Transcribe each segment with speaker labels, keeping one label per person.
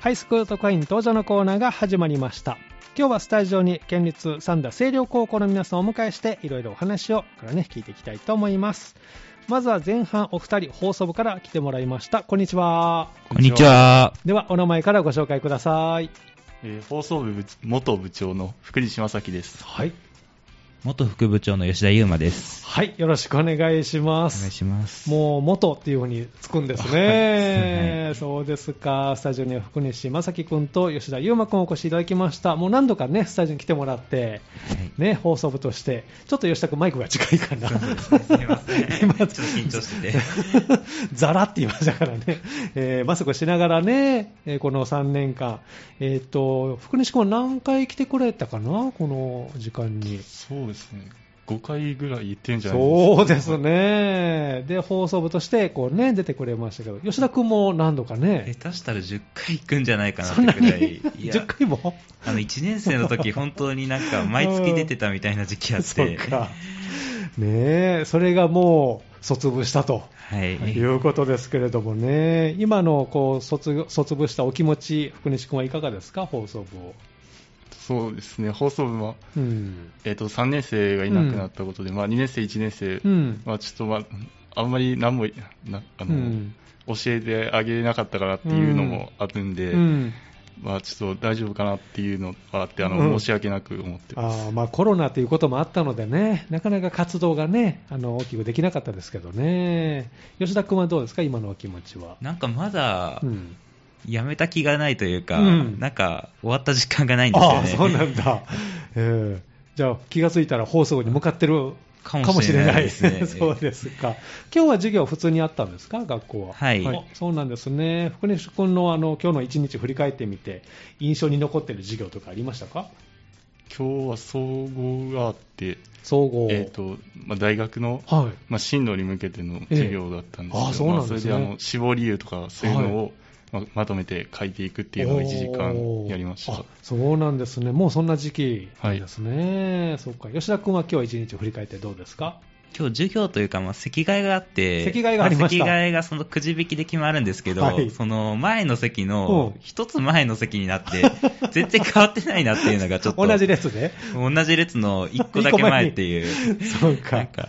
Speaker 1: ハイスクート会員登場のコーナーが始まりました。今日はスタジオに県立三田清涼高校の皆さんをお迎えして、いろいろお話をからね、聞いていきたいと思います。まずは前半お二人、放送部から来てもらいました。こんにちは。
Speaker 2: こんにちは。
Speaker 1: では、お名前からご紹介ください。
Speaker 3: えー放送部部元部長の福西正樹です。
Speaker 1: はい。
Speaker 2: 元副部長の吉田優馬です。
Speaker 1: はい、よろしくお願いしま
Speaker 2: お願い
Speaker 1: す。
Speaker 2: します。
Speaker 1: もう元っていうふうにつくんですね、 そうですか、スタジオには福西正樹君と吉田優馬君お越しいただきました、もう何度かね、スタジオに来てもらって、
Speaker 2: はい
Speaker 1: ね、放送部として、ちょっと吉田君、マイクが近いかな、
Speaker 2: すいませ ん
Speaker 1: 今
Speaker 2: ちょっと緊張してて
Speaker 1: ザラって言いましたからね、えーマスクしながらね、えーこの3年間、えー、と福西君は何回来てくれたかな、この時間に。
Speaker 3: そうですね。5回ぐらい行ってるんじゃない
Speaker 1: そう
Speaker 3: で
Speaker 1: です
Speaker 3: か
Speaker 1: す。ね、で放送部としてこう、ね、出てくれましたけど、吉田君も何度かね、
Speaker 2: 下手したら10回行くんじゃないかなっ
Speaker 1: そんな
Speaker 2: てくらい。
Speaker 1: に
Speaker 2: いや
Speaker 1: 10回も
Speaker 2: あの、1年生の時、本当になんか、毎月出てたみたいな時期 あ っ。
Speaker 1: そってか、ねえ、それがもう卒部したと。
Speaker 2: はい。
Speaker 1: いうことですけれどもね、今のこう卒卒部したお気持ち、福西君はいかがですか、放送部を。
Speaker 3: そうですね。放送部は、
Speaker 1: うん、
Speaker 3: えっ、と、3年生がいなくなったことで、まあ2年生、1年生、
Speaker 1: うん
Speaker 3: まあちょっとまあ、あんまり何も、なあ
Speaker 1: う
Speaker 3: の、
Speaker 1: ん
Speaker 3: 教えてあげれなかったかなっていうのもあるんで、
Speaker 1: うん
Speaker 3: まあちょっと大丈夫かなっていうのはあって、あの、
Speaker 1: うん
Speaker 3: 申し訳なく思ってます。
Speaker 1: あーまあ、コロナということもあったのでね、なかなか活動がね、あの大きくできなかったですけどね、吉田君はどうですか、今のお気持ちは。
Speaker 2: なんかまだ
Speaker 1: う、ん、
Speaker 2: やめた気がないというか、
Speaker 1: うん
Speaker 2: なんか、終わった時間がないんですよね
Speaker 1: あ。あ、そうなん だ、ええじゃあ、気がついたら放送に向かってるか
Speaker 2: か
Speaker 1: も
Speaker 2: も
Speaker 1: し
Speaker 2: し
Speaker 1: れ
Speaker 2: れ
Speaker 1: な
Speaker 2: ない
Speaker 1: で
Speaker 2: いですす
Speaker 1: ね
Speaker 2: ね。
Speaker 1: そうですか。今日は授業普通にあったんですか、学校は。
Speaker 2: はい
Speaker 1: おそうなんですね。福西君のあの今日の一日振り返ってみて、印象に残ってる授業とかありましたか
Speaker 3: 今日は総合があって、
Speaker 1: 総合。
Speaker 3: えっ、と、まあ大学の、
Speaker 1: はい。
Speaker 3: まあ、進路に向けての授業だったんですけど、
Speaker 1: ええあそうなんですね
Speaker 3: まあそれであの死亡理由とかそういうのを、まあまとめて書いていくっていうのを1時間やりまし
Speaker 1: おーあ
Speaker 3: た
Speaker 1: そうなんですね。もうそんな時期なんですね。そうか。吉田君は今日一日振り返ってどうですか
Speaker 2: 今日授業というか、まあ、席替えがあって、
Speaker 1: 席替えがありました
Speaker 2: あ席替えがそのくじ引きで決まるんですけど、
Speaker 1: はい
Speaker 2: その前の席
Speaker 1: う
Speaker 2: の
Speaker 1: ん、
Speaker 2: 一つ前の席にな って、全然変わってないなっていうのがちょっと、
Speaker 1: 同じ列 で
Speaker 2: 同じ列の一個だけ前っていう。
Speaker 1: そうか
Speaker 2: なんか、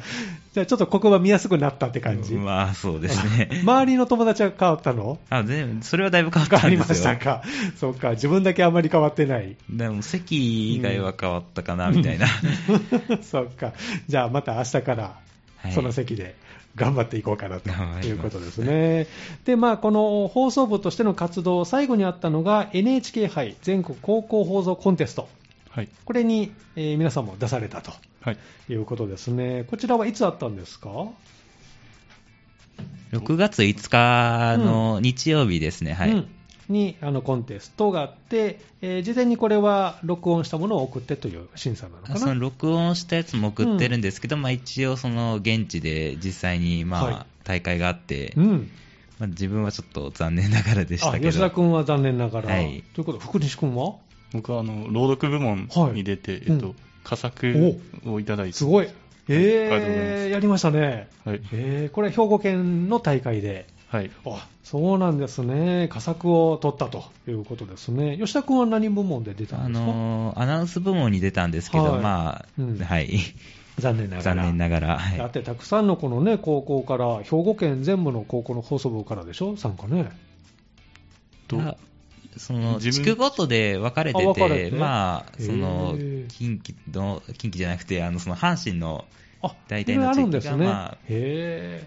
Speaker 1: じゃあちょっと黒板見やすくなったって感じ、
Speaker 2: まあそうですね。
Speaker 1: 周りの友達が変わったの
Speaker 2: あ、全部、それはだいぶ変わっ
Speaker 1: 変わ
Speaker 2: たん
Speaker 1: り
Speaker 2: で
Speaker 1: ます
Speaker 2: よ。
Speaker 1: したか。そうか。自分だけあまり変わってない。
Speaker 2: でも席以外は変わったかな、みたいな。
Speaker 1: そうか。じゃあまた明日から
Speaker 2: はい
Speaker 1: その席で頑張っていこうかなと
Speaker 2: 頑張ります
Speaker 1: いうことですね。で、まあ、この放送部としての活動、最後にあったのが NHK 杯全国高校放送コンテスト。
Speaker 3: はい
Speaker 1: これに、えー皆さんも出されたと
Speaker 3: はい
Speaker 1: いうことですね。こちらはいつあったんですか
Speaker 2: 6月5日の日曜日ですね、はい。
Speaker 1: うんにあのコンテストがあって、えー事前にこれは録音したものを送ってという審査なのかな。
Speaker 2: その録音したやつも送ってるんですけど、まあ、一応、その現地で実際に
Speaker 1: は
Speaker 2: まあ大会があって、
Speaker 1: うん、
Speaker 2: まあ、自分はちょっと残念ながらでした
Speaker 1: あ
Speaker 2: けど、
Speaker 1: 吉田君は残念ながら、
Speaker 2: はい
Speaker 1: ということで、福西君は
Speaker 3: 僕はあの朗読部門に出て、
Speaker 1: い
Speaker 3: えっ
Speaker 1: うん
Speaker 3: と、佳作をいただいて
Speaker 1: すごい。
Speaker 3: ありがとうございま
Speaker 1: えー、
Speaker 3: す
Speaker 1: やりましたね。
Speaker 3: はい、
Speaker 1: えー、これは兵庫県の大会で。
Speaker 3: はい、
Speaker 1: あ、そうなんですね。佳作を取ったということですね。吉田君は何部門で出た
Speaker 2: あ
Speaker 1: んですか、
Speaker 2: のーアナウンス部門に出たんですけど、
Speaker 1: はい
Speaker 2: まあ
Speaker 1: うん
Speaker 2: はい、
Speaker 1: 残念ながら。
Speaker 2: 残念ながら、はい
Speaker 1: だってたくさんのこのね、高校から、兵庫県全部の高校の放送部からでしょ参加ね。
Speaker 3: と
Speaker 2: まあその
Speaker 3: 自
Speaker 2: 地
Speaker 3: 分
Speaker 2: 区ごとで分かれ
Speaker 1: あ
Speaker 2: て
Speaker 1: 分か
Speaker 2: て、
Speaker 1: れて
Speaker 2: まあ、その
Speaker 1: へー
Speaker 2: 近畿の近畿じゃなくて、あのその阪神の
Speaker 1: あ、
Speaker 2: 大体の
Speaker 1: いろいろあるんですね。
Speaker 2: 地域がまあ
Speaker 1: へ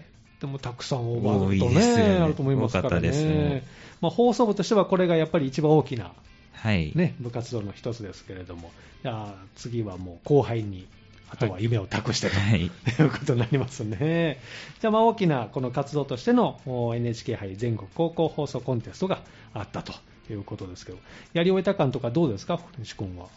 Speaker 1: え。でもたくさんオーバーと
Speaker 2: 多いですよ
Speaker 1: ね、
Speaker 2: ね
Speaker 1: あると思いますか
Speaker 2: 多からったです
Speaker 1: ね
Speaker 2: ね。
Speaker 1: まあ、放送部としてはこれがやっぱり一番大きな、
Speaker 2: はい、
Speaker 1: ね、部活動の一つですけれども、じゃあ次はもう後輩に、あとは夢を託してと、
Speaker 2: はい、
Speaker 1: ということになりますね。じゃあ、まあ大きなこの活動としてのお NHK 杯全国高校放送コンテストがあったということですけど、やり終えた感とかどうですか、福西君は。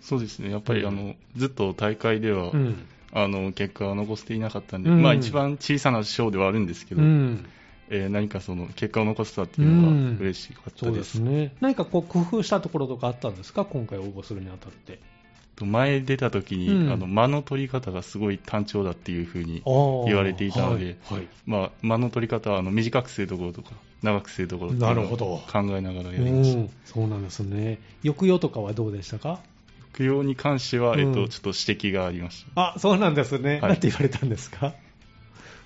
Speaker 3: そうですねやっぱりあのずっと大会では、
Speaker 1: うん。
Speaker 3: あの結果は残していなかったんで、
Speaker 1: うん
Speaker 3: まあ、一番小さな賞ではあるんですけど、
Speaker 1: うん。
Speaker 3: えー何かその結果を残せたっていうの
Speaker 1: うん
Speaker 3: が嬉しかった
Speaker 1: そう
Speaker 3: で,、
Speaker 1: ですすね。何かこう工夫したところとかあったんですか今回応募するにあたって。
Speaker 3: と前出た時に、
Speaker 1: うん
Speaker 3: あの間の取り方がすごい単調だっていうふうに言われていたので、
Speaker 4: はいはい
Speaker 3: まあ、間の取り方はあの短くするところとか長くするところと
Speaker 1: な
Speaker 3: か
Speaker 1: る
Speaker 3: 考
Speaker 1: ほど
Speaker 3: えながらやりまし
Speaker 1: う
Speaker 3: た
Speaker 1: んそうなんですね抑揚とかはどうでしたか
Speaker 3: 服用に関しては、えっ
Speaker 1: う
Speaker 3: と
Speaker 1: ん
Speaker 3: ちょっと指摘がありました、
Speaker 1: あそうなんですね、
Speaker 3: はい
Speaker 1: なんて言われたんですか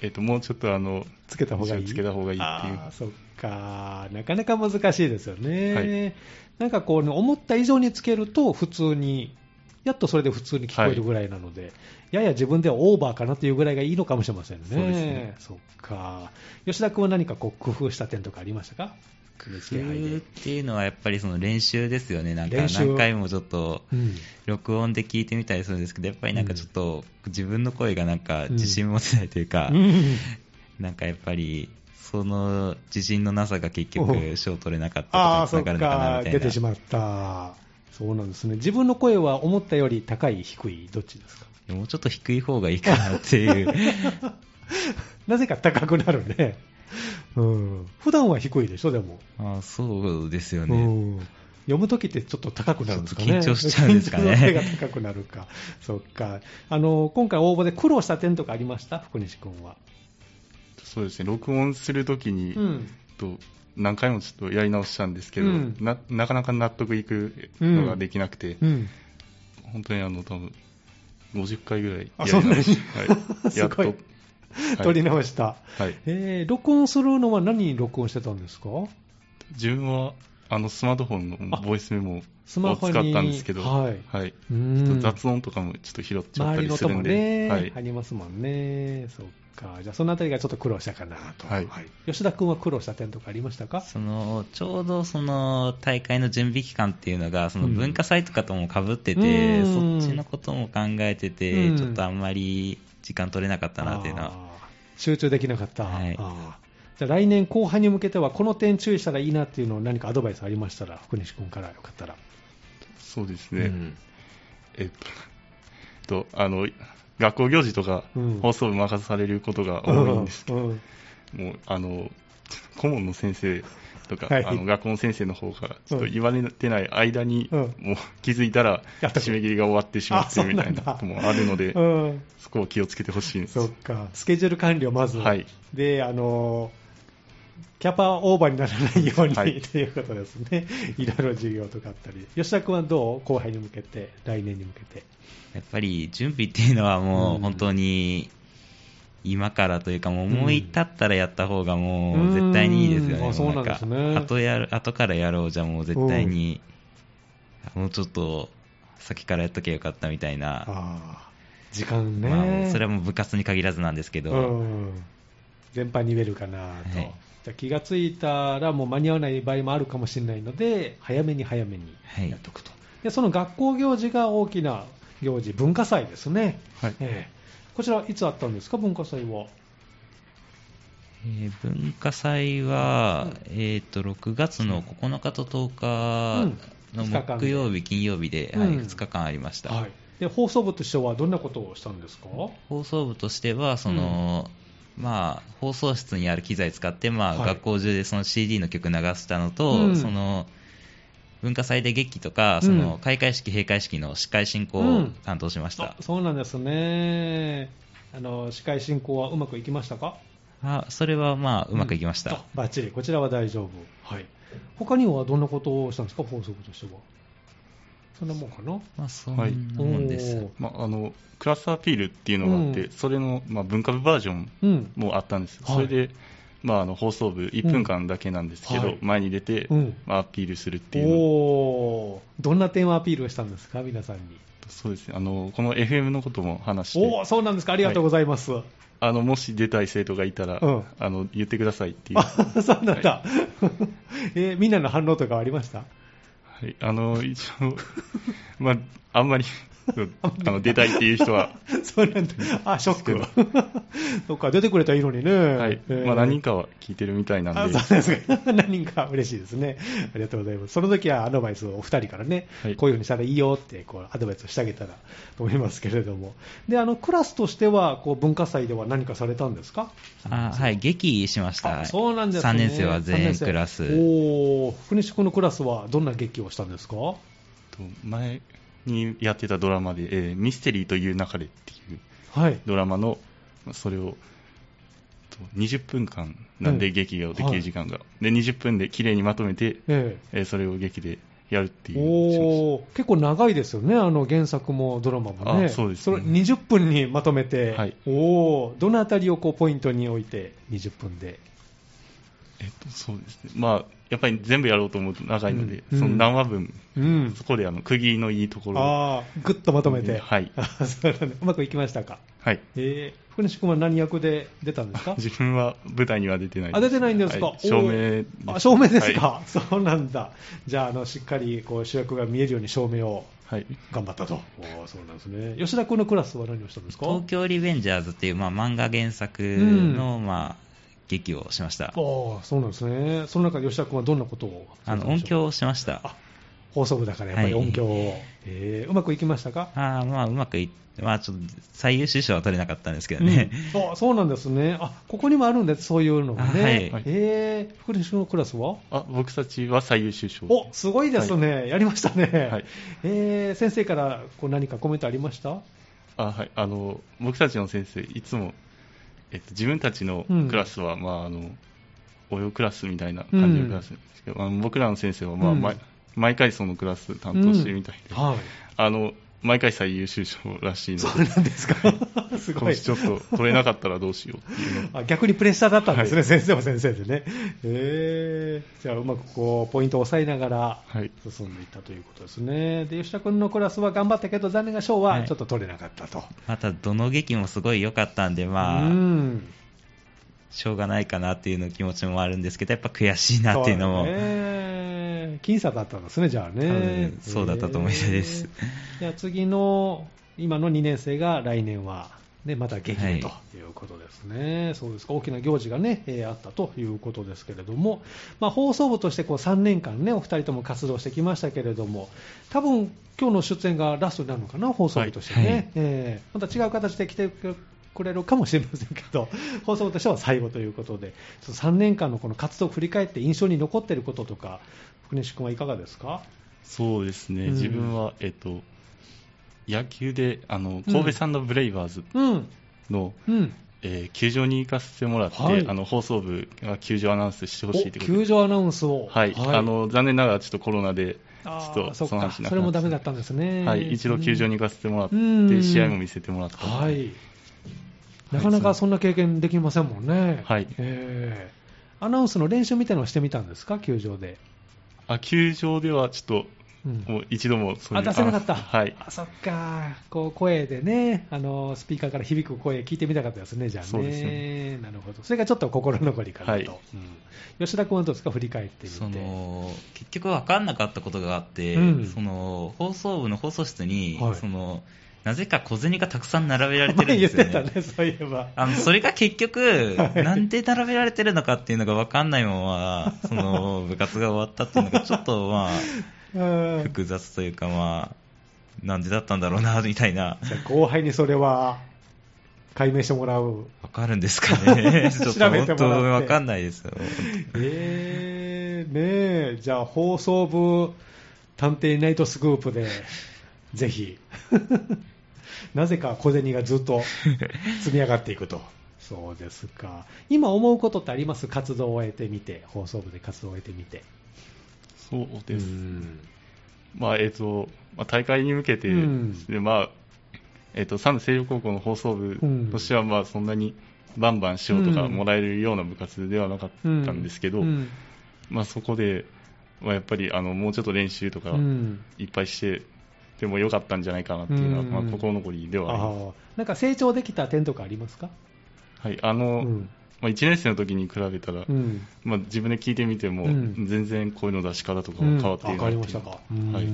Speaker 3: えっともうちょっとあの
Speaker 1: つけた方がいい
Speaker 3: つけた方がいいっていう
Speaker 1: あーそっかなかなか難しいですよね、
Speaker 3: はい
Speaker 1: なんかこうね思った以上につけると普通にやっとそれで普通に聞こえるぐらいなので、やや自分ではオーバーかなというぐらいがいいのかもしれませんね
Speaker 3: そうですね
Speaker 1: そっか吉田君は何かこう工夫した点とかありましたか
Speaker 2: 工夫っていうのはやっぱりその練習ですよね、なんか
Speaker 1: 練習
Speaker 2: 何回もちょっと
Speaker 1: うん
Speaker 2: 録音で聞いてみたりするんですけど、やっぱりなんかちょっと自分の声がなんか
Speaker 1: うん
Speaker 2: 自信持てないというか、
Speaker 1: うん
Speaker 2: なんかやっぱりその自信のなさが結
Speaker 1: お
Speaker 2: 局、賞取れなかった
Speaker 1: ああ
Speaker 2: と
Speaker 1: そ
Speaker 2: か
Speaker 1: っ
Speaker 2: につながるのかな
Speaker 1: か
Speaker 2: みたいな。
Speaker 1: 出てしまったそうなんですね自分の声は思ったより高い低いどっちですか
Speaker 2: もうちょっと低い方がいいかなっていう。
Speaker 1: なぜか高くなるね。うん。普段は低いでしょ、でも。
Speaker 2: あそうですよ
Speaker 1: う
Speaker 2: ね。
Speaker 1: ん。読むときってちょっと高くなるんですかね。
Speaker 2: ちょっと緊張しちゃうんですかね
Speaker 1: 緊張の手が高くなるか。 そっか。あの、今回応募で苦労した点とかありました福西君は。
Speaker 3: そうですね録音するときに、
Speaker 1: うん。
Speaker 3: と何回もちょっとやり直したんですけど、
Speaker 1: うん
Speaker 3: ななかなか納得いくのができなくて、
Speaker 1: うん。
Speaker 3: 本当にあの多分50回ぐらい
Speaker 1: あ
Speaker 3: やり直しは い
Speaker 1: すごい
Speaker 3: やっと、
Speaker 1: 取り
Speaker 3: はい
Speaker 1: 直した。
Speaker 3: はい、
Speaker 1: えー、録音するのは何に録音してたんですか
Speaker 3: 自分はあのスマートフォンのボイスメモを
Speaker 1: ス
Speaker 3: 使
Speaker 1: マ
Speaker 3: っ
Speaker 1: ホ
Speaker 3: た
Speaker 1: に
Speaker 3: んですけど、
Speaker 1: はい
Speaker 3: はい
Speaker 1: うん
Speaker 3: ちょっと雑音とかもちょっと拾っちゃった
Speaker 1: 周り
Speaker 3: り
Speaker 1: の
Speaker 3: す
Speaker 1: と
Speaker 3: る
Speaker 1: も
Speaker 3: んで、
Speaker 1: ね、
Speaker 3: はい
Speaker 1: ありますもんね。そっか。じゃあ、そのあたりがちょっと苦労したかなと。
Speaker 3: はい
Speaker 1: 吉田君は苦労した点とかありましたか
Speaker 2: そのちょうどその大会の準備期間っていうのがその
Speaker 1: うん
Speaker 2: 文化祭とかともかぶってて、
Speaker 1: うん
Speaker 2: そっちのことも考えてて、
Speaker 1: うん
Speaker 2: ちょっとあんまり時間取れなかったなっていうの
Speaker 1: あ
Speaker 2: は、
Speaker 1: ー集中できなかった、
Speaker 2: はい
Speaker 1: あーじゃあ来年後半に向けてはこの点注意したらいいなっていうのを何かアドバイスありましたら福西君からよかったら、
Speaker 3: そうですね、
Speaker 1: うん
Speaker 3: えっととあの学校行事とか
Speaker 1: うん
Speaker 3: 放送部任されることが多い んですけど、
Speaker 1: うんうん
Speaker 3: もうあの顧問の先生とか、
Speaker 1: はい
Speaker 3: あの学校の先生の方からちょっと
Speaker 1: うん
Speaker 3: 言われてない間に、
Speaker 1: うん
Speaker 3: もう気づいたら
Speaker 1: やってる
Speaker 3: 締め切りが終わってしまって
Speaker 1: あ
Speaker 3: るみたい
Speaker 1: そうなんだ
Speaker 3: なこともあるので、
Speaker 1: うん
Speaker 3: そこを気をつけてほしいんです
Speaker 1: そっかスケジュール管理をまず、
Speaker 3: はい
Speaker 1: であのーキャパオーバーにならないように、
Speaker 3: はい
Speaker 1: ということですね、 いろいろ授業とかあったり、吉田君はどう、後輩に向けて、来年に向けて、
Speaker 2: やっぱり準備っていうのは
Speaker 1: う
Speaker 2: も
Speaker 1: ん
Speaker 2: う本当に今からというかもう思い立ったらやった方がもう絶対にいいですよ
Speaker 1: うんあ
Speaker 2: ね、
Speaker 1: そうなんですね
Speaker 2: もうなんか後やる後からやろうじゃもう絶対に、もうちょっと先からやっときゃよかったみたいな。
Speaker 1: あー時間ね、
Speaker 2: まあ、それはもう部活に限らずなんですけど、
Speaker 1: うん、全般に言えるかなと、
Speaker 2: はい
Speaker 1: じゃあ気がついたらもう間に合わない場合もあるかもしれないので早めに早めに
Speaker 2: はい
Speaker 1: やっとくと、でその学校行事が大きな行事文化祭ですね、
Speaker 3: はい
Speaker 1: ええこちらいつあったんですか文化祭は
Speaker 2: えー文化祭は、えー、と6月の9日と10日の
Speaker 1: うん二日間で
Speaker 2: 木曜日、金曜日で、はい、
Speaker 1: うん
Speaker 2: 2日間ありました、
Speaker 1: はい、で放送部としてはどんなことをしたんですか
Speaker 2: 放送部としてはその、まあ、放送室にある機材使って、まあ
Speaker 1: はい
Speaker 2: 学校中でその CD の曲流したのと、
Speaker 1: うん
Speaker 2: その文化祭で劇とか
Speaker 1: うん
Speaker 2: その開会式、閉会式の司会進行
Speaker 1: う
Speaker 2: を
Speaker 1: ん
Speaker 2: 担当しました
Speaker 1: あ、そうなんですねあの司会進行はうまくいきましたか
Speaker 2: あそれは、まあ、うまくいきました。
Speaker 1: あバッチリこちらは大丈夫、はい、他にはどんなことをしたんですか放送部としてはそんなもんかな
Speaker 2: まあ、そんなもんです。
Speaker 1: おー
Speaker 3: まあ、あのクラスアピールっていうのがあって、
Speaker 1: うん
Speaker 3: それの、まあ、文化部バージョン
Speaker 1: うん
Speaker 3: もあったんですよ、
Speaker 1: はい
Speaker 3: それで、まあ、あの放送部1分間だけなんですけど、
Speaker 1: うんはい
Speaker 3: 前に出て、
Speaker 1: うん
Speaker 3: まあ、アピールするっていうのを
Speaker 1: おーどんな点をアピールしたんですか皆さんに
Speaker 3: そうですねあのこの FM のことも話し
Speaker 1: お
Speaker 3: て
Speaker 1: おそうなんですかありがとうございます、
Speaker 3: あのもし出たい生徒がいたら、
Speaker 1: うん
Speaker 3: あの言ってくださいっていう、は
Speaker 1: あ そうなんだ、 えーみんなの反応とかはありました
Speaker 3: い、あの一応、 ま あ、あんまりあの出たいっていう人は、
Speaker 1: そうなんだあショック そっか出てくれたらいいのにね、
Speaker 3: はい
Speaker 1: えー
Speaker 3: まあ、何人かは聞いてるみたいな
Speaker 1: あ
Speaker 3: んで、
Speaker 1: そうですか 何人か嬉しいですね、ありがとうございます、その時はアドバイスをお二人からね、
Speaker 3: はい
Speaker 1: こういうふうにしたらいいよってこうアドバイスをしてあげたらと思いますけれども、であのクラスとしてはこう文化祭では何かされたんですか、
Speaker 2: あはい、劇しました。
Speaker 1: あそうなんですね、
Speaker 2: 3年生は
Speaker 1: 三
Speaker 2: 全
Speaker 1: 年
Speaker 2: 員
Speaker 1: 生
Speaker 2: クラス。
Speaker 1: おー福西君のクラスはどんな劇をしたんですか、
Speaker 3: と前にやってたドラマで、えーミステリーという流れっていう
Speaker 1: はい。
Speaker 3: ドラマの、まあそれを、と20分間なん
Speaker 1: う
Speaker 3: で
Speaker 1: ん
Speaker 3: 劇をで
Speaker 1: は
Speaker 3: き
Speaker 1: い
Speaker 3: る時間が。で、20分で綺麗にまとめて、
Speaker 1: え
Speaker 3: えーそれを劇でやるって
Speaker 1: え
Speaker 3: いうのをしました
Speaker 1: おお、結構長いですよね、あの原作もドラマもね。
Speaker 3: あそうです
Speaker 1: れ20分にまとめて、
Speaker 3: はい
Speaker 1: おお、どのあたりをこうポイントに置いて20分で。
Speaker 3: えっと、そうですね。まあ、やっぱり全部やろうと思うと長いので、
Speaker 1: うん
Speaker 3: その何話分、
Speaker 1: うん。
Speaker 3: そこであの、釘のいいところを。
Speaker 1: ああ、ぐっとまとめて。
Speaker 3: はい
Speaker 1: あ そうなんだうまくいきましたか。
Speaker 3: はい。
Speaker 1: えー、福西君は何役で出たんですか
Speaker 3: 自分は舞台には出てない
Speaker 1: あ出てないんですか、
Speaker 3: はい照
Speaker 1: で
Speaker 3: 明です
Speaker 1: あ照明ですか、
Speaker 3: は
Speaker 1: そうなんだ、じゃああの、しっかりこう主役が見えるように照明を
Speaker 3: い。はい
Speaker 1: 頑張ったと、おーそうなんですね吉田君のクラスは何をしたんですか、
Speaker 2: 東京リベンジャーズっていう、まあ、漫画原作の、まあ、劇をしました。
Speaker 1: ああそうなんですね、その中で吉田君はどんなことを
Speaker 2: あの、音響をしました。
Speaker 1: あ放送部だからやっぱり音響を、えーうまくいきましたか、
Speaker 2: ああ、まあ、うまくいっまあ、ちょっと最優秀賞は取れなかったんですけどね。
Speaker 1: うんあそうなんですね、あここにもあるんです、そういうのがね、
Speaker 2: はい
Speaker 3: はい
Speaker 1: えー、福西君のクラスは
Speaker 3: あ、僕たちは最優秀賞。
Speaker 1: おすごいですね、やりましたね、
Speaker 3: はい
Speaker 1: えー先生からこう何かコメントありました
Speaker 3: あ、はい。あの、僕たちの先生、いつも、えっと、自分たちの
Speaker 1: うん
Speaker 3: クラスは、まあ、あの、応用クラスみたいな感じのクラスですけど、あの僕らの先生は、まあ、
Speaker 1: うん
Speaker 3: 毎毎回そのクラス担当してるみたいで、
Speaker 1: は
Speaker 3: あの、毎回最優秀賞らしい
Speaker 1: い、
Speaker 3: の
Speaker 1: そう
Speaker 3: で、
Speaker 1: なんですか、 すご
Speaker 3: 今
Speaker 1: い
Speaker 3: 年ちょっと取れなかったらどうしようっていうのを
Speaker 1: あ、逆にプレッシャーだったんですね、
Speaker 3: は
Speaker 1: 先生も先生でね、えーじゃあ、うまくこうポイントを抑えながら
Speaker 3: はい。
Speaker 1: 進んでいったということですね、で吉田君のクラスは頑張ったけど、残念な賞は
Speaker 2: はい
Speaker 1: ちょっと取れなかったと。
Speaker 2: また、どの劇もすごい良かったんで、
Speaker 1: う
Speaker 2: まあ、
Speaker 1: ん
Speaker 2: しょうがないかなっていうの気持ちもあるんですけど、やっぱ悔しいなっていうのも。
Speaker 1: そうだね僅差だったんですね、じゃあ
Speaker 2: 多
Speaker 1: ね
Speaker 2: 分。そうだったと思います
Speaker 1: えーじゃあ次の今の2年生が来年は、ね、また激
Speaker 2: は
Speaker 1: 務
Speaker 2: い
Speaker 1: ということですね、そうですか大きな行事が、ねえーあったということですけれども、まあ、放送部としてこう3年間、ね、お二人とも活動してきましたけれども、多分今日の出演がラストになるのかな、放送部としてね、
Speaker 2: はいはい
Speaker 1: えーまた違う形で来てくれるかもしれませんけど、 放送部としては最後ということで、その3年間のこの活動を振り返って、印象に残っていることとか、福西君はいかがですか。
Speaker 3: そうですね、
Speaker 1: うん
Speaker 3: 自分は、えっと、野球であの
Speaker 1: うん
Speaker 3: 神戸サンドブレイバーズ
Speaker 1: うん
Speaker 3: の、
Speaker 1: うん、
Speaker 3: えー球場に行かせてもらって、
Speaker 1: はい
Speaker 3: あの放送部が球場アナウンスしてほしい
Speaker 1: お
Speaker 3: ということ
Speaker 1: 球
Speaker 3: で、
Speaker 1: 場アナウンスを、
Speaker 3: はいあの残念ながらちょっとコロナで、
Speaker 1: あー
Speaker 3: ちょっと
Speaker 1: そっ
Speaker 3: その
Speaker 1: か
Speaker 3: 話
Speaker 1: そ
Speaker 3: なくなっちゃった
Speaker 1: れもダメだったんですね、
Speaker 3: はい、一度球場に行かせてもらって、
Speaker 1: うん
Speaker 3: 試合も見せてもらったの
Speaker 1: は
Speaker 3: で、
Speaker 1: い、なかなかそんな経験できませんもんね、
Speaker 3: はい
Speaker 1: えーアナウンスの練習みたいなのをしてみたんですか、球場で。
Speaker 3: あ球場ではちょっ
Speaker 1: う
Speaker 3: と、
Speaker 1: ん
Speaker 3: もう一度もそうい
Speaker 1: あ
Speaker 3: う
Speaker 1: 出せなかった、
Speaker 3: あはい、
Speaker 1: あそっか、こう声でね、あのスピーカーから響く声、聞いてみたかったですね、じゃあね、
Speaker 3: そうですね
Speaker 1: なるほど、それがちょっと心残りかなと、
Speaker 3: はい
Speaker 1: うん吉田君はどうですか、振り返ってみて。
Speaker 2: その結局分かんなかったことがあって、
Speaker 1: うん
Speaker 2: その放送部の放送室に、
Speaker 1: はい
Speaker 2: そのなぜか小銭がたくさん並べられてるんですよ
Speaker 1: 前
Speaker 2: ね。
Speaker 1: 言ってたね、そういえば。
Speaker 2: あのそれが結局、
Speaker 1: はい
Speaker 2: なんで並べられてるのかっていうのが分かんないまま、その部活が終わったっていうのが、ちょっとまあ、
Speaker 1: うん
Speaker 2: 複雑というか、まあ、なんでだったんだろうな、 みたいな、
Speaker 1: じゃあ後輩にそれは解明してもらう。
Speaker 2: 分かるんですか ね、ちょっと
Speaker 1: 調べてもらって
Speaker 2: 本当、分かんないですよ。
Speaker 1: えー、ねえ、じゃあ放送部探偵ナイトスクープで、ぜひ。 なぜか小銭がずっと積み上がっていくと。そうですか。今思うことってあります活動を終えてみて、放送部で活動を終えてみて。
Speaker 3: そうです、
Speaker 1: うん
Speaker 3: まあえっとまあ、大会に向けて、
Speaker 1: うん
Speaker 3: でまあえっと、三星稜高校の放送部としては、まあ、そんなにバンバン賞とかもらえるような部活ではなかったんですけど、
Speaker 1: うん
Speaker 3: まあ、そこで、まあ、やっぱりあのもうちょっと練習とか
Speaker 1: うん
Speaker 3: いっぱいして、でも良かったんじゃないかなっていうのは、
Speaker 1: うん
Speaker 3: まあ、心残りではあります。
Speaker 1: ああなんか成長できた点とかありますか、
Speaker 3: はい、あの、
Speaker 1: うん
Speaker 3: まあ、1年生の時に比べたら、
Speaker 1: うん
Speaker 3: まあ、自分で聞いてみても、
Speaker 1: うん
Speaker 3: 全然声の出し方とかも変わっていない
Speaker 1: うんあ変わりましたかうん
Speaker 3: はい、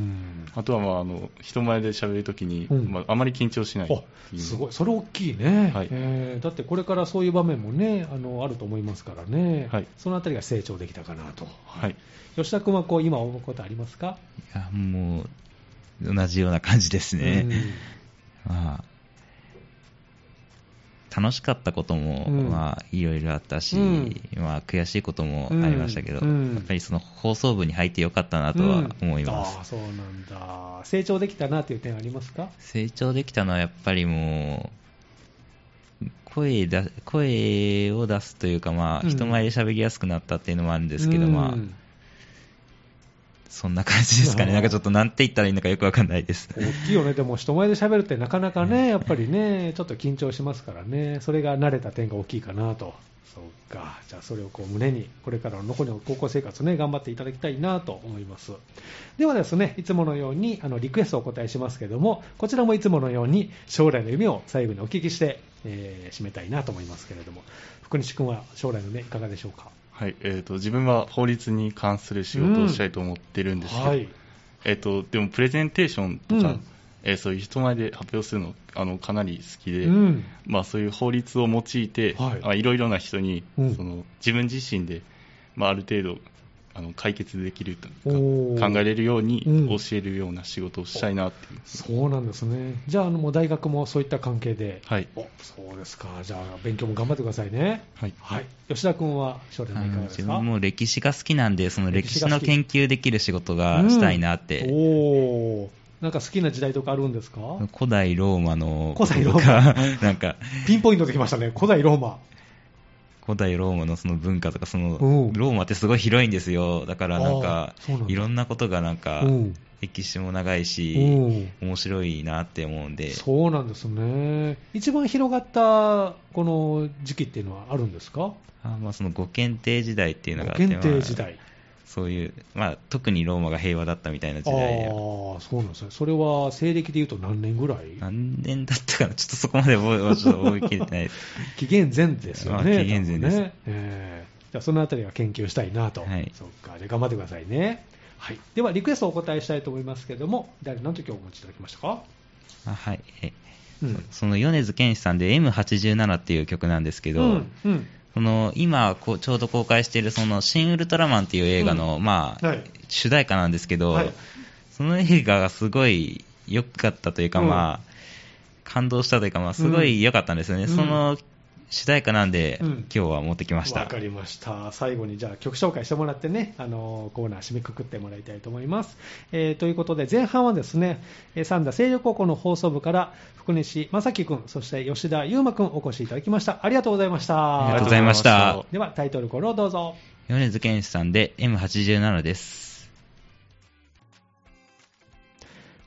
Speaker 3: あとは、まあ、あの人前で喋る時に、
Speaker 1: うん
Speaker 3: まあ、あまり緊張しない
Speaker 1: あすごい、それ大きいね、
Speaker 3: はい
Speaker 1: えーだってこれからそういう場面もねあのあると思いますからね、
Speaker 3: はい
Speaker 1: そのあたりが成長できたかなと、
Speaker 3: はい、
Speaker 1: 吉田君はこう今思うことありますか、
Speaker 2: いやもう、同じような感じですね。
Speaker 1: うん
Speaker 2: まあ、楽しかったことも、
Speaker 1: うん
Speaker 2: まあ、いろいろあったし、
Speaker 1: うん
Speaker 2: まあ、悔しいこともありましたけど、
Speaker 1: うん
Speaker 2: やっぱりその放送部に入ってよかったなとは思います。
Speaker 1: うんああそうなんだ成長できたなという点ありますか
Speaker 2: 成長できたのはやっぱりもう声だ声を出すというか、
Speaker 1: う
Speaker 2: まあ、
Speaker 1: ん
Speaker 2: 人前で喋りやすくなったっていうのもあるんですけど、
Speaker 1: うん
Speaker 2: まあ、そんな感じですか
Speaker 1: あー
Speaker 2: ね、なんかちょっとなんて言ったらいいのかよくわかんないです。
Speaker 1: 大きいよね、でも人前で喋るってなかなかね、やっぱりね、ちょっと緊張しますからね、それが慣れた点が大きいかなと、そうか、じゃあそれをこう胸に、これからの残りの高校生活ね、頑張っていただきたいなと思います。ではですね、いつものようにあのリクエストをお答えしますけども、こちらもいつものように将来の夢を最後にお聞きして、えー締めたいなと思いますけれども、福西君は将来の夢、いかがでしょうか。
Speaker 3: はいえー、と自分は法律に関する仕事をしたいと思ってるんですけど、
Speaker 1: はい、
Speaker 3: えっと、でもプレゼンテーションとか、
Speaker 1: うん
Speaker 3: えーそういう人前で発表するのあのかなり好きで、
Speaker 1: うん
Speaker 3: まあ、そういう法律を用いて、
Speaker 1: はい
Speaker 3: まあ、いろいろな人に、
Speaker 1: うん
Speaker 3: その自分自身で、まあ、ある程度あの解決できると
Speaker 1: お
Speaker 3: いうか
Speaker 1: ー
Speaker 3: 考えれるように
Speaker 1: うん
Speaker 3: 教えるような仕事をしたいなっていう、
Speaker 1: そうなんですね。じゃあ、あのもう大学もそういった関係で、
Speaker 3: はい
Speaker 1: おそうですか、じゃあ、勉強も頑張ってくださいね。
Speaker 3: はい
Speaker 1: はい、吉田君は将来
Speaker 2: あ
Speaker 1: のいか
Speaker 2: の
Speaker 1: がです
Speaker 2: 自
Speaker 1: か
Speaker 2: 分も歴史が好きなんで、その歴史の
Speaker 1: 歴史が
Speaker 2: 研究できる仕事がしたいなって、
Speaker 1: うんおーなんか好きな時代とかあるんですか
Speaker 2: 古代ローマの
Speaker 1: 古代ローマ
Speaker 2: こととか なんか
Speaker 1: ピンポイントできましたね、古代ローマ。
Speaker 2: 古代ローマのその文化とかその
Speaker 1: うん
Speaker 2: ローマってすごい広いんですよだからなんか
Speaker 1: あーそうなんだ
Speaker 2: いろんなことがなんか
Speaker 1: うん
Speaker 2: 歴史も長いし
Speaker 1: うん
Speaker 2: 面白いなって思うんで
Speaker 1: そうなんですね。一番広がったこの時期っていうのはあるんですか
Speaker 2: あーまあその御検定時代っていうのがあって
Speaker 1: 検定時
Speaker 2: ま
Speaker 1: 代
Speaker 2: あ。そういうまあ特にローマが平和だったみたいな時代
Speaker 1: あ
Speaker 2: で
Speaker 1: あ、そうなんですね。それは西暦でいうと何年ぐらい
Speaker 2: 何年だったかなちょっとそこまで覚え はちょっと覚えきれてないです
Speaker 1: 紀元前ですよね。
Speaker 2: まあ紀元前です
Speaker 1: 多分ねえーじゃあそのあたりは研究したいなと。
Speaker 2: はい
Speaker 1: そっか。じゃあ頑張ってくださいね。はい。ではリクエストをお答えしたいと思いますけども、誰何時お持ちいただきましたか
Speaker 2: あはいえ
Speaker 1: うん。
Speaker 2: その米津玄師さんで M87 っていう曲なんですけど、
Speaker 1: うん。うん。
Speaker 2: その今こうちょうど公開しているその「シン・ウルトラマン」っていう映画の、まあ
Speaker 1: はい
Speaker 2: 主題歌なんですけど、
Speaker 1: はい
Speaker 2: その映画がすごい良かったというか、
Speaker 1: うん
Speaker 2: まあ、感動したというか、まあ、すごい良かったんですよね、
Speaker 1: うん
Speaker 2: その主題歌なんで、
Speaker 1: うん
Speaker 2: 今日は持ってきました
Speaker 1: わかりました。最後にじゃあ曲紹介してもらってね、あのーコーナー締めくくってもらいたいと思います。えーということで前半はですね、えー三田清涼高校の放送部から福西正樹君、そして吉田優馬君お越しいただきました。ありがとうございました。
Speaker 2: ありがとうございまし
Speaker 3: ありがとうございました
Speaker 2: た
Speaker 1: ではタイトルコールをどうぞ。
Speaker 2: 米津玄師さんで M87 です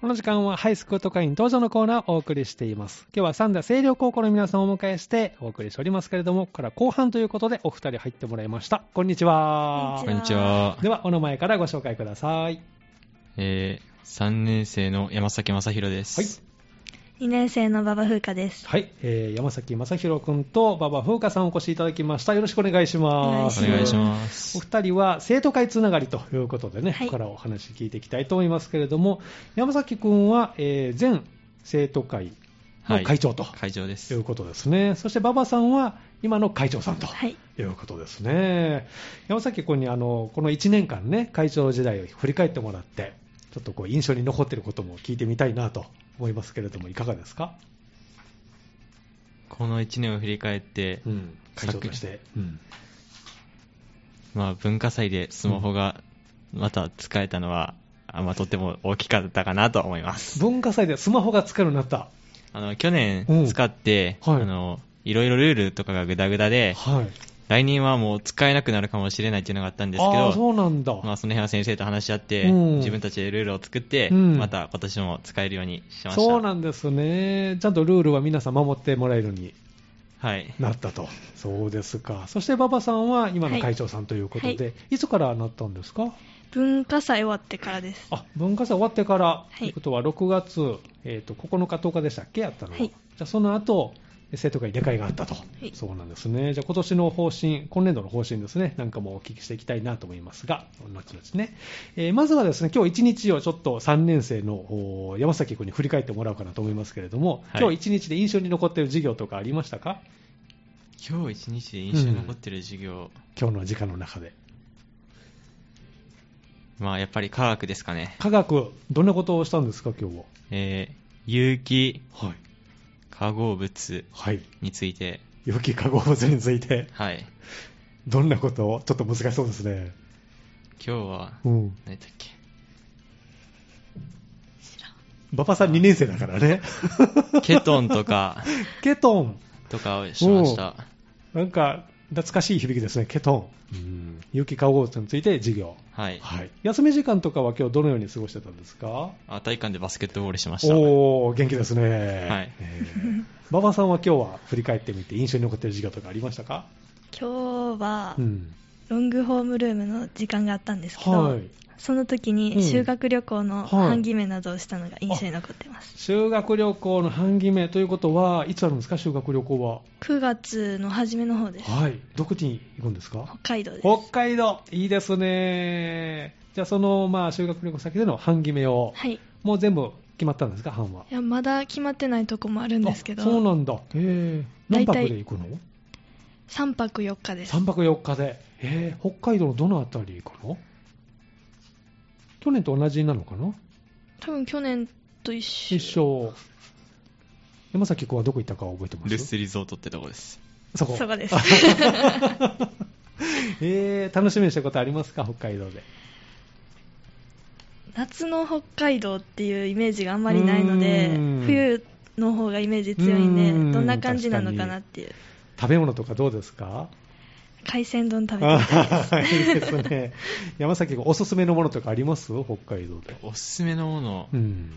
Speaker 1: この時間はハイスクート会員登場のコーナーをお送りしています。今日は三田清涼高校の皆さんをお迎えしてお送りしておりますけれども、ここから後半ということでお二人入ってもらいました。こんにちは。
Speaker 4: こんにちは。
Speaker 1: ではお名前からご紹介ください。
Speaker 4: えー、3年生の山崎正宏です。
Speaker 1: はい。
Speaker 5: 2年生の馬場風花です。
Speaker 1: はい、えー山崎正弘君と馬場風花さんお越しいただきました。よろしくお願いします。
Speaker 4: お願いします。
Speaker 1: お二人は生徒会つながりということでね、
Speaker 5: はい
Speaker 1: ここからお話聞いていきたいと思いますけれども、山崎君は、えー前生徒会の会長と
Speaker 4: 会長で
Speaker 1: い
Speaker 4: す
Speaker 1: う。ことですね。そして馬場さんは今の会長さんと。
Speaker 5: はい。
Speaker 1: いうことですね山崎君にあのこの1年間ね会長時代を振り返ってもらってちょっとこう印象に残っていることも聞いてみたいなと思いますけれどもいかがですか、
Speaker 4: この1年を振り返って、
Speaker 1: うん、会長として、うん、
Speaker 4: まあ文化祭でスマホがまた使えたのは、あまあとっても大きかったかなと思います。
Speaker 1: 文化祭でスマホが使えるようになった。
Speaker 4: あの、去年
Speaker 1: うん
Speaker 4: 使って、
Speaker 1: はい
Speaker 4: あの、いろいろルールとかがグダグダで、
Speaker 1: はい。
Speaker 4: 来年はもう使えなくなるかもしれないっていうのがあったんですけ
Speaker 1: ああ、
Speaker 4: ど、
Speaker 1: そうなんだ。
Speaker 4: まあその辺は先生と話し合って、
Speaker 1: うん
Speaker 4: 自分たちでルールを作って、
Speaker 1: うん
Speaker 4: また今年も使えるようにしました。
Speaker 1: そうなんですね。ちゃんとルールは皆さん守ってもらえるように
Speaker 4: はい。
Speaker 1: なったと。そうですか。そして馬場さんは今の会長さんということで、、
Speaker 5: はい
Speaker 1: つからなったんですか
Speaker 5: 文化祭終わってからです。
Speaker 1: あ、文化祭終わってから、
Speaker 5: い
Speaker 1: ということは6月、えー、と9日、10日でしたっけやったのは
Speaker 5: はい
Speaker 1: じゃあその後、生徒会入れ替えがあったと、
Speaker 5: い
Speaker 1: そうなんですね。じゃあ今年の方針、今年度の方針ですね、なんかもお聞きしていきたいなと思いますが、後々ね。えーまずはですね、今日1日をちょっと3年生のおー山崎君に振り返ってもらおうかなと思いますけれども、
Speaker 4: はい
Speaker 1: 今日1日で印象に残っている授業とかありましたか
Speaker 4: 今日一日で印象に残ってる授業、
Speaker 1: 今日の時間の中で。
Speaker 4: まあやっぱり科学ですかね。
Speaker 1: 科学、どんなことをしたんですか、今日は。
Speaker 4: えー有機
Speaker 1: はい。
Speaker 2: 化合物
Speaker 1: はい。
Speaker 2: について、
Speaker 1: 良き化合物について、
Speaker 2: はい。
Speaker 1: どんなことをちょっと難しそうですね。
Speaker 2: 今日は、
Speaker 1: うん。
Speaker 2: 何だっけ。
Speaker 1: 馬場さん2年生だからね。
Speaker 2: ケトンとか、
Speaker 1: ケトン。
Speaker 2: とかをしました。
Speaker 1: なんか、懐かしい響きですね。ケトン。うん。有機化合物について授業。
Speaker 2: はい。
Speaker 1: はい。休み時間とかは今日どのように過ごしてたんですか
Speaker 2: あ体育館でバスケットボールしました。
Speaker 1: おお元気ですね。はい
Speaker 2: い
Speaker 1: 馬場さんは今日は振り返ってみて印象に残っている授業とかありましたか？
Speaker 5: 今日は
Speaker 1: うん。
Speaker 5: ロングホームルームの時間があったんですけど、
Speaker 1: はい。
Speaker 5: その時
Speaker 1: うん
Speaker 5: に修学旅行の
Speaker 1: はい
Speaker 5: 半決めなどをしたのが印象に残ってます、
Speaker 1: 修学旅行の半決めということはいつあるんですか？修学旅行は。
Speaker 5: 9月の初めの方です
Speaker 1: はい。どこに行くんですか
Speaker 5: 北？海道です
Speaker 1: 北海道いいですね。じゃあそのまあ修学旅行先での半決めを、
Speaker 5: はいい
Speaker 1: もう全部決まったんですか？半は。
Speaker 5: やまだ決まってないとこもあるんですけど
Speaker 1: あそうなんだ。へえ。何泊で行くの？
Speaker 5: 3泊4日です
Speaker 1: 3泊4日で、えー北海道のどのあたりかな去年と同じなのかな
Speaker 5: 多分去年と一緒
Speaker 1: 一緒山崎君はどこ行ったか覚えてます
Speaker 2: ルッスリゾートってとこです。
Speaker 1: そこ
Speaker 5: そこです
Speaker 1: えー楽しみにしたことありますか北海道で
Speaker 5: 夏の北海道っていうイメージがあんまりないので
Speaker 1: うーん
Speaker 5: 冬の方がイメージ強いんで
Speaker 1: うーん
Speaker 5: どんな感じなのかなっていう
Speaker 1: 食べ物とかどうですか
Speaker 5: 海鮮丼食べてみたいです
Speaker 1: あいいですね山崎君おすすめのものとかあります北海道で
Speaker 2: おすすめのもの、
Speaker 1: う、
Speaker 2: うん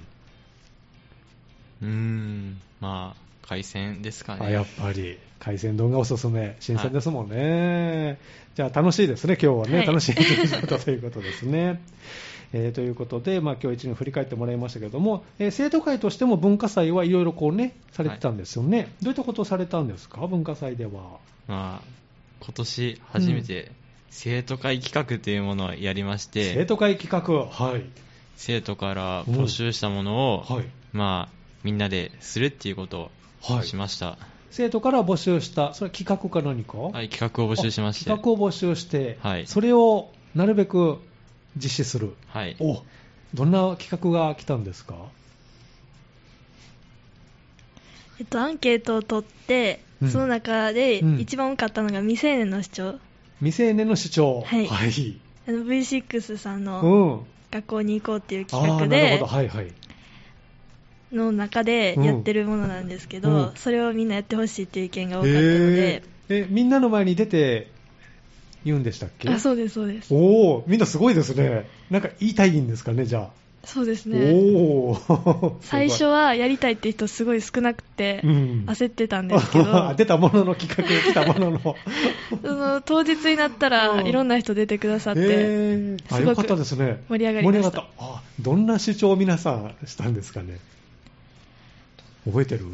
Speaker 2: ーん、まあ、海鮮ですかね。
Speaker 1: あやっぱり海鮮丼がおすすめ新鮮ですもんね、じゃあ楽しいですね今日はね、
Speaker 5: はい
Speaker 1: 楽しいことということですね、えーということで、まあ、今日一年振り返ってもらいましたけども、えー生徒会としても文化祭はいろいろこうねされてたんですよね、どういったことをされたんですか文化祭では
Speaker 2: まあ、今年初めて生徒会企画というものをやりまして、
Speaker 1: 生徒会企画はい、
Speaker 2: 生徒から募集したものを、
Speaker 1: はい
Speaker 2: まあ、みんなでするっていうこと
Speaker 1: は
Speaker 2: を
Speaker 1: い
Speaker 2: しました。
Speaker 1: 生徒から募集したそれは企画か何か、
Speaker 2: はい、企画を募集しまして、
Speaker 1: 企画を募集して、
Speaker 2: はい
Speaker 1: それをなるべく実施する
Speaker 2: はい、
Speaker 1: おどんな企画が来たんですか
Speaker 5: えっと、アンケートを取って、
Speaker 1: うん
Speaker 5: その中で
Speaker 1: うん
Speaker 5: 一番多かったのが未成年の主張、
Speaker 1: 未成年の主張。
Speaker 5: はい
Speaker 1: はい。
Speaker 5: あの V6 さん
Speaker 1: う
Speaker 5: の
Speaker 1: ん。
Speaker 5: 学校に行こうっていう企
Speaker 1: ああ
Speaker 5: 画
Speaker 1: ー、なる
Speaker 5: で
Speaker 1: ほど。、はいはい。
Speaker 5: の中でやってるものなんですけど、
Speaker 1: うん
Speaker 5: それをみんなやってほしいっていう意見が多かった
Speaker 1: え
Speaker 5: ので、
Speaker 1: え、みんなの前に出て言うんでしたっけ
Speaker 5: あそうです、そうです。
Speaker 1: おお、みんなすごいですね。なんか言いたいんですかね、じゃ
Speaker 5: そうです
Speaker 1: あ。
Speaker 5: ね。
Speaker 1: おお。
Speaker 5: 最初はやりたいって人すごい少なくて、
Speaker 1: うん
Speaker 5: 焦ってたんで すけど、
Speaker 1: 出たものの企画、来たものの。
Speaker 5: その当日になった
Speaker 1: うん
Speaker 5: らいろんな人出てくださって、
Speaker 1: えーあ、
Speaker 5: すご
Speaker 1: よ
Speaker 5: く
Speaker 1: かったですね。
Speaker 5: 盛り上がり
Speaker 1: 盛
Speaker 5: ました
Speaker 1: り上がったあ、どんな主張を皆さんしたんですかね。覚え てる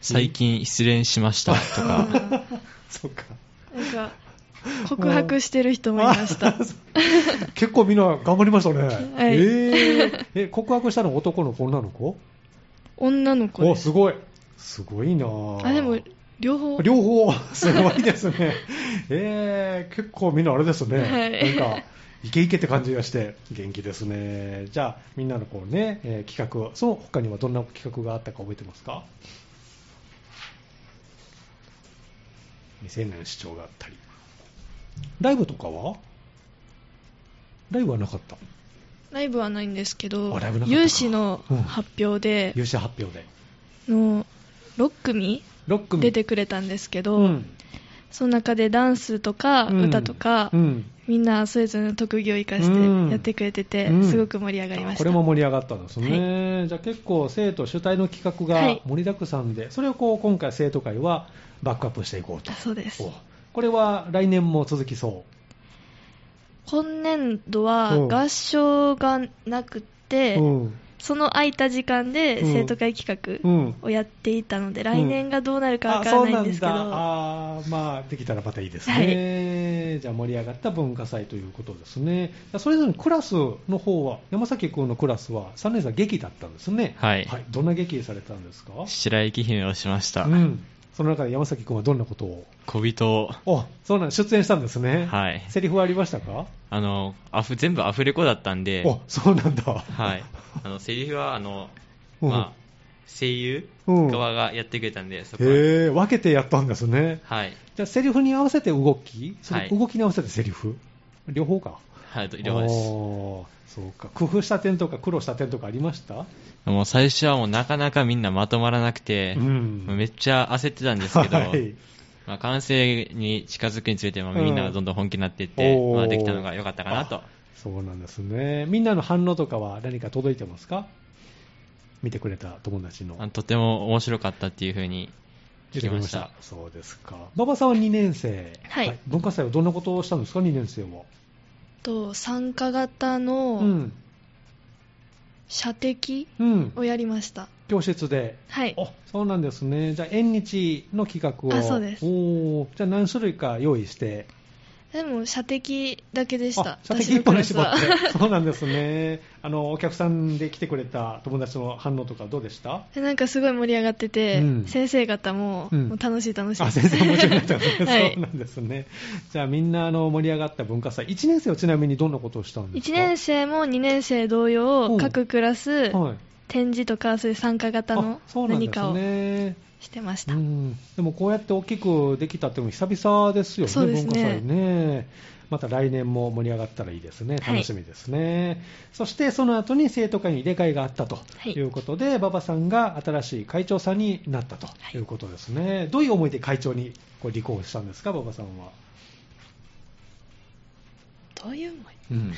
Speaker 2: 最近失恋しましたとか、
Speaker 1: そっか。
Speaker 5: なんか告白してる人もいま した。
Speaker 1: 結構みんな頑張りましたね。
Speaker 5: い
Speaker 1: えーえ、告白したの男の子、女の子
Speaker 5: 女の子
Speaker 1: お、
Speaker 5: ですす。
Speaker 1: ごい。すごいなぁ
Speaker 5: あ、でも、両方。
Speaker 1: 両方、すごいです ね。えー、結構みんなあれですね。
Speaker 5: はい
Speaker 1: なんか、イケイケって感じがして、元気ですね。じゃあ、みんなのこうね、えー企画を、その他にはどんな企画があったか覚えてますか未成年の主張があったり。ライブとかはライブはなかった。
Speaker 5: ライブはないんですけど
Speaker 1: あライブなかったか
Speaker 5: 有志の発表で
Speaker 1: 優、勝発表で。
Speaker 5: の6組
Speaker 1: 6組。
Speaker 5: 出てくれたんですけど、
Speaker 1: うん
Speaker 5: その中でダンスとか
Speaker 1: うん
Speaker 5: 歌とか、
Speaker 1: うん
Speaker 5: みんなそれぞれの特技を生かしてやってくれてて、
Speaker 1: うん
Speaker 5: すごく盛り上がりました
Speaker 1: これも盛り上がったんですね、じゃあ結構生徒主体の企画
Speaker 5: は
Speaker 1: が
Speaker 5: い
Speaker 1: 盛りだくさんで、それをこう今回生徒会はバックアップしていこうと
Speaker 5: あそうです
Speaker 1: おこれは来年も続きそ
Speaker 5: 今年度は
Speaker 1: うん
Speaker 5: 合唱がな
Speaker 1: う、
Speaker 5: くて、
Speaker 1: うん
Speaker 5: その空いた時間で
Speaker 1: うん
Speaker 5: 生徒会企
Speaker 1: う
Speaker 5: 画
Speaker 1: ん、
Speaker 5: をやっていたので、来年がどうなるかわ
Speaker 1: あ
Speaker 5: か
Speaker 1: そ
Speaker 5: ら
Speaker 1: う
Speaker 5: ない
Speaker 1: なんん
Speaker 5: ですけど、
Speaker 1: だあーまあできたらまたいいですね、じゃあ盛り上がった文化祭ということですねじゃあそれぞれのクラスの方は山崎君のクラスは3年生は劇だったんですね
Speaker 2: はい
Speaker 1: はい、どんな劇されたんですか
Speaker 2: 白雪姫をしました。
Speaker 1: うん、その中で山崎君はどんなことを
Speaker 2: 小人を、
Speaker 1: おそうなん出演したんですね、
Speaker 2: はい
Speaker 1: セリフはありましたか、
Speaker 2: あの、アフ全部アフレコだったんで、
Speaker 1: おそうなんだ、
Speaker 2: はい、あのセリフはあの、
Speaker 1: うん
Speaker 2: まあ、声優側がやってくれたんで、そこは
Speaker 1: へえ、分けてやったんですね。
Speaker 2: はい。
Speaker 1: じゃあ、セリフに合わせて動き、それ
Speaker 2: はい
Speaker 1: 動きに合わせてセリフ、両方か。
Speaker 2: はい、と両方です。
Speaker 1: おーそうか。工夫した点とか苦労した点とかありました
Speaker 2: もう最初はもうなかなかみんなまとまらなくて、
Speaker 1: ん
Speaker 2: めっちゃ焦ってたんですけ ど、
Speaker 1: はい
Speaker 2: まあ、完成に近づくにつれて、まあ、
Speaker 1: うん
Speaker 2: みんながどんどん本気になっていって、
Speaker 1: おー
Speaker 2: まあ、できたのが良かったかなと。
Speaker 1: そうなんですね。みんなの反応とかは何か届いてますか見てくれた友達の
Speaker 2: あ。のとても面白かったっていうふうに聞きました。
Speaker 1: そうですか。馬場さんは2年生。
Speaker 5: はい
Speaker 1: 文化祭はどんなことをしたんですか、2年生は。
Speaker 5: と参加型
Speaker 1: う
Speaker 5: の
Speaker 1: ん。
Speaker 5: 射的
Speaker 1: うん。
Speaker 5: をやりました。
Speaker 1: 教室で。
Speaker 5: はい。
Speaker 1: あ、そうなんですね。じゃあ、縁日の企画を。
Speaker 5: あそうです
Speaker 1: おーじゃあ、何種類か用意して。
Speaker 5: でも射的だけでした
Speaker 1: あ。射的
Speaker 5: 私
Speaker 1: 一
Speaker 5: のク
Speaker 1: 本に
Speaker 5: ラス
Speaker 1: 絞っ
Speaker 5: は
Speaker 1: て。 そうなんですね。あの、お客さんで来てくれた友達の反応とかどうでした
Speaker 5: でなんかすごい盛り上がってて、
Speaker 1: うん
Speaker 5: 先生方も,、
Speaker 1: うん
Speaker 5: もう楽しい楽しい
Speaker 1: あ、先生面白いなってことね
Speaker 5: は
Speaker 1: そう
Speaker 5: い
Speaker 1: なんですね。じゃあ、みんなあの盛り上がった文化祭。1年生はちなみにどんなことをしたんです
Speaker 5: 1
Speaker 1: か
Speaker 5: 年生も2年生同
Speaker 1: うん
Speaker 5: 様各クラス
Speaker 1: はい。
Speaker 5: 展示とかそういう参加型の
Speaker 1: あそうなんで
Speaker 5: 何
Speaker 1: す
Speaker 5: かを
Speaker 1: ね。
Speaker 5: してまし
Speaker 1: う
Speaker 5: た、
Speaker 1: ん、でもこうやって大きくできたっていうのも久々ですよね、
Speaker 5: そうです
Speaker 1: 文化
Speaker 5: ね
Speaker 1: 祭ね。また来年も盛り上がったらいいですね、
Speaker 5: はい
Speaker 1: 楽しみですね。そしてその後に生徒会に入れ替えがあったと
Speaker 5: はい
Speaker 1: いうことで、馬場さんが新しい会長さんになったということですね。どういう思いで会長にこう立候補したんですか、馬場さんは。
Speaker 5: どういう思い
Speaker 1: うん、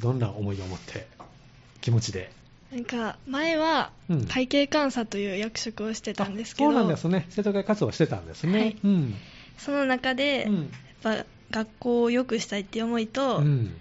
Speaker 1: どんな思いを持って、気持ちで。
Speaker 5: なんか前は
Speaker 1: うん
Speaker 5: 会計監査という役職をしてたんですけ
Speaker 1: あ
Speaker 5: ど、
Speaker 1: そうなんですね、生徒会活動をしてたんですね。
Speaker 5: はい
Speaker 1: うん
Speaker 5: その中で、
Speaker 1: う
Speaker 5: やっ
Speaker 1: ん
Speaker 5: ぱ学校を良くしたいっていう思いと、
Speaker 1: うん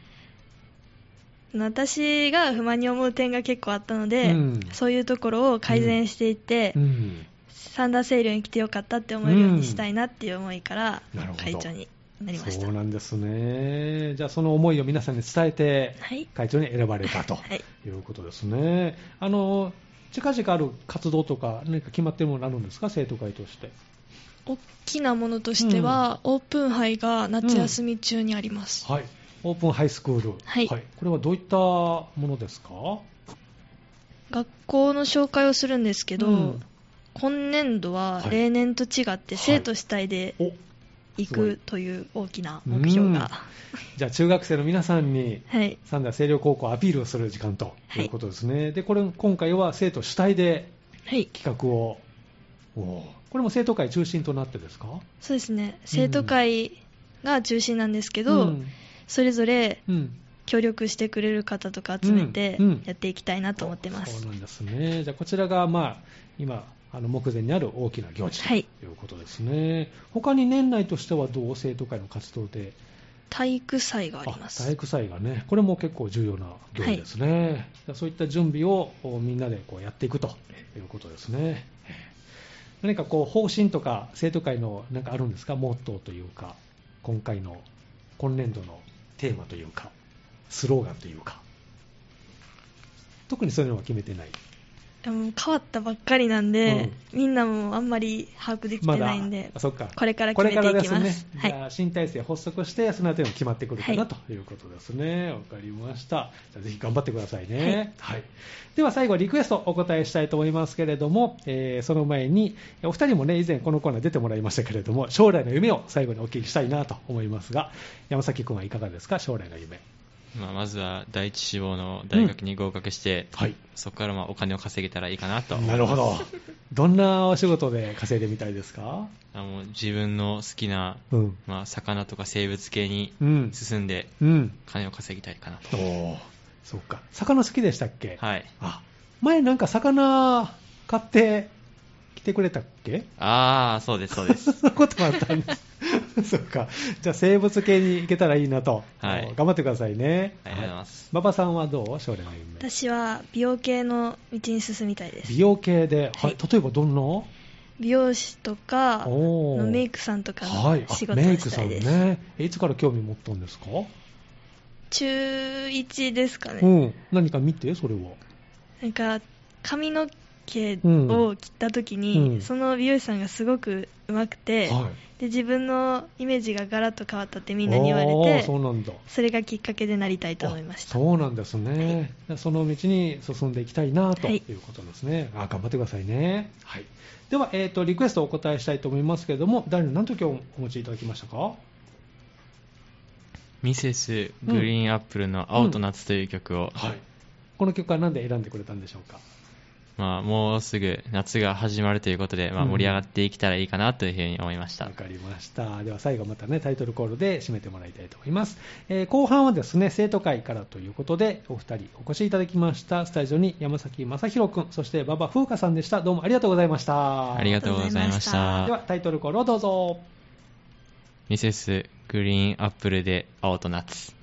Speaker 5: 私が不満に思う点が結構あったので、
Speaker 1: うん
Speaker 5: そういうところを改善していって、
Speaker 1: うん
Speaker 5: サンダーセイルに来てよかったって思えるようにしたいなっていう思いから
Speaker 1: うんなるほど
Speaker 5: 会長になりました、
Speaker 1: そうなんですね。じゃあその思いを皆さんに伝えて、
Speaker 5: はい
Speaker 1: 会長に選ばれたと
Speaker 5: はい
Speaker 1: いうことですね。あの、近々ある活動とか、何か決まってるものあるんですか、生徒会として。
Speaker 5: 大きなものとしては、オープン杯が夏休み中にあります、
Speaker 1: はい。オープンハイスクール。
Speaker 5: はい
Speaker 1: これはどういったものですか
Speaker 5: 学校の紹介をするんですけど、
Speaker 1: うん
Speaker 5: 今年度は
Speaker 1: はい
Speaker 5: 例年と違って
Speaker 1: い
Speaker 5: 生徒主体で
Speaker 1: お
Speaker 5: 行
Speaker 1: すごい
Speaker 5: くという大きな目標が、
Speaker 1: じゃあ中学生の皆さんに、
Speaker 5: はい
Speaker 1: 三田清涼高校をアピールをする時間ということですね。で、これ、今回は生徒主体で
Speaker 5: はい
Speaker 1: 企画を。おーこれも生徒会中心となってですか
Speaker 5: そうですね生徒会が中心なんですけど、
Speaker 1: うん
Speaker 5: それぞれ
Speaker 1: うん
Speaker 5: 協力してくれる方とか集めて
Speaker 1: うんうん
Speaker 5: やっていきたいなと思ってます、
Speaker 1: そうなんですね。じゃあこちらが、まあ、今、あの目前にある大きな行事と
Speaker 5: はい
Speaker 1: いうことですね。他に年内としてはどう生徒会の活動で
Speaker 5: 体育祭がありま
Speaker 1: 体
Speaker 5: す
Speaker 1: 育祭がね、これも結構重要な行事ですね。じゃあそういった準備をおみんなでこうやっていくということですね。何かこう方針とか生徒会のなんかあるんですかモットーというか、今回の今年度のテーマというか、スローガンというか、特にそういうのは決めてない。
Speaker 5: でも変わったばっかりなんで、みんなもあんまり把握できてないんで
Speaker 1: あ、そっか
Speaker 5: これから決めていき
Speaker 1: これから
Speaker 5: ま
Speaker 1: ですすね、
Speaker 5: はい
Speaker 1: じゃあ新体制発足してそのあたりも決まってくるか
Speaker 5: は
Speaker 1: ないということですねわ、かりましたじゃあぜひ頑張ってくださいね、はいでは最後リクエストお答えしたいと思いますけれども、えーその前にお二人もね以前このコーナー出てもらいましたけれども将来の夢を最後にお聞きしたいなと思いますが山崎君はいかがですか将来の夢
Speaker 2: まあ、まずは第一志望の大学に合格して、
Speaker 1: はい
Speaker 2: そこからまあお金を稼げたらいいかなと思いま
Speaker 1: な
Speaker 2: す
Speaker 1: るほどどんなお仕事で稼いでみたいですか
Speaker 2: あの自分の好きな、
Speaker 1: うん
Speaker 2: まあ、魚とか生物系に
Speaker 1: うん
Speaker 2: 進んで
Speaker 1: うん
Speaker 2: 金を稼ぎたいかなと、
Speaker 1: おーそうか魚好きでしたっけ
Speaker 2: はい
Speaker 1: あ前なんか魚買って来てくれたっけ
Speaker 2: ああそうですそうです
Speaker 1: そんなこともあったん です。そうか。じゃあ生物系に行けたらいいなと。
Speaker 2: はい
Speaker 1: 頑張ってくださいね。
Speaker 2: ありがとうございます
Speaker 1: 馬場さんはどう将来の夢。
Speaker 5: 私は美容系の道に進みたいです
Speaker 1: 美容系で、は
Speaker 5: はい
Speaker 1: い、例えばどんな
Speaker 5: 美容師とか
Speaker 1: おー
Speaker 5: のメイクさんとか
Speaker 1: はい
Speaker 5: の。
Speaker 1: あ
Speaker 5: 仕事を
Speaker 1: メイク
Speaker 5: した
Speaker 1: さ
Speaker 5: い
Speaker 1: ん
Speaker 5: です、
Speaker 1: ね。えいつから興味持ったんですか、
Speaker 5: 中1ですかね、
Speaker 1: うん。何か見て、それは。
Speaker 5: なんか髪の系を切った時に、その美容師さんがすごくうまくて、で自分のイメージがガラッと変わったってみんなに言われて
Speaker 1: そうなんだ
Speaker 5: それがきっかけでなりたいと思いました
Speaker 1: そうなんですね、はい、その道に進んでいきたいなということですね、はい、あ頑張ってくださいね、はい、では、えーと、とリクエストをお答えしたいと思いますけれども誰の何時をお持ちいただきましたか
Speaker 2: ミセスグリーンアップルの「青と夏」という曲を、うんうん、はい、
Speaker 1: この曲は何で選んでくれたんでしょうか
Speaker 2: まあ、もうすぐ夏が始まるということで、まあ、盛り上がっていけたらいいかなというふうに思いました。
Speaker 1: わ、うん、かりました。では最後またね、タイトルコールで締めてもらいたいと思います。えー、後半はですね、生徒会からということで、お二人お越しいただきました。スタジオに山崎正宏くん、そして馬場風花さんでした。どうもありがとうございました。
Speaker 2: ありがとうございました。
Speaker 1: ではタイトルコールをどうぞ。
Speaker 2: ミセスグリーンアップルで青と夏。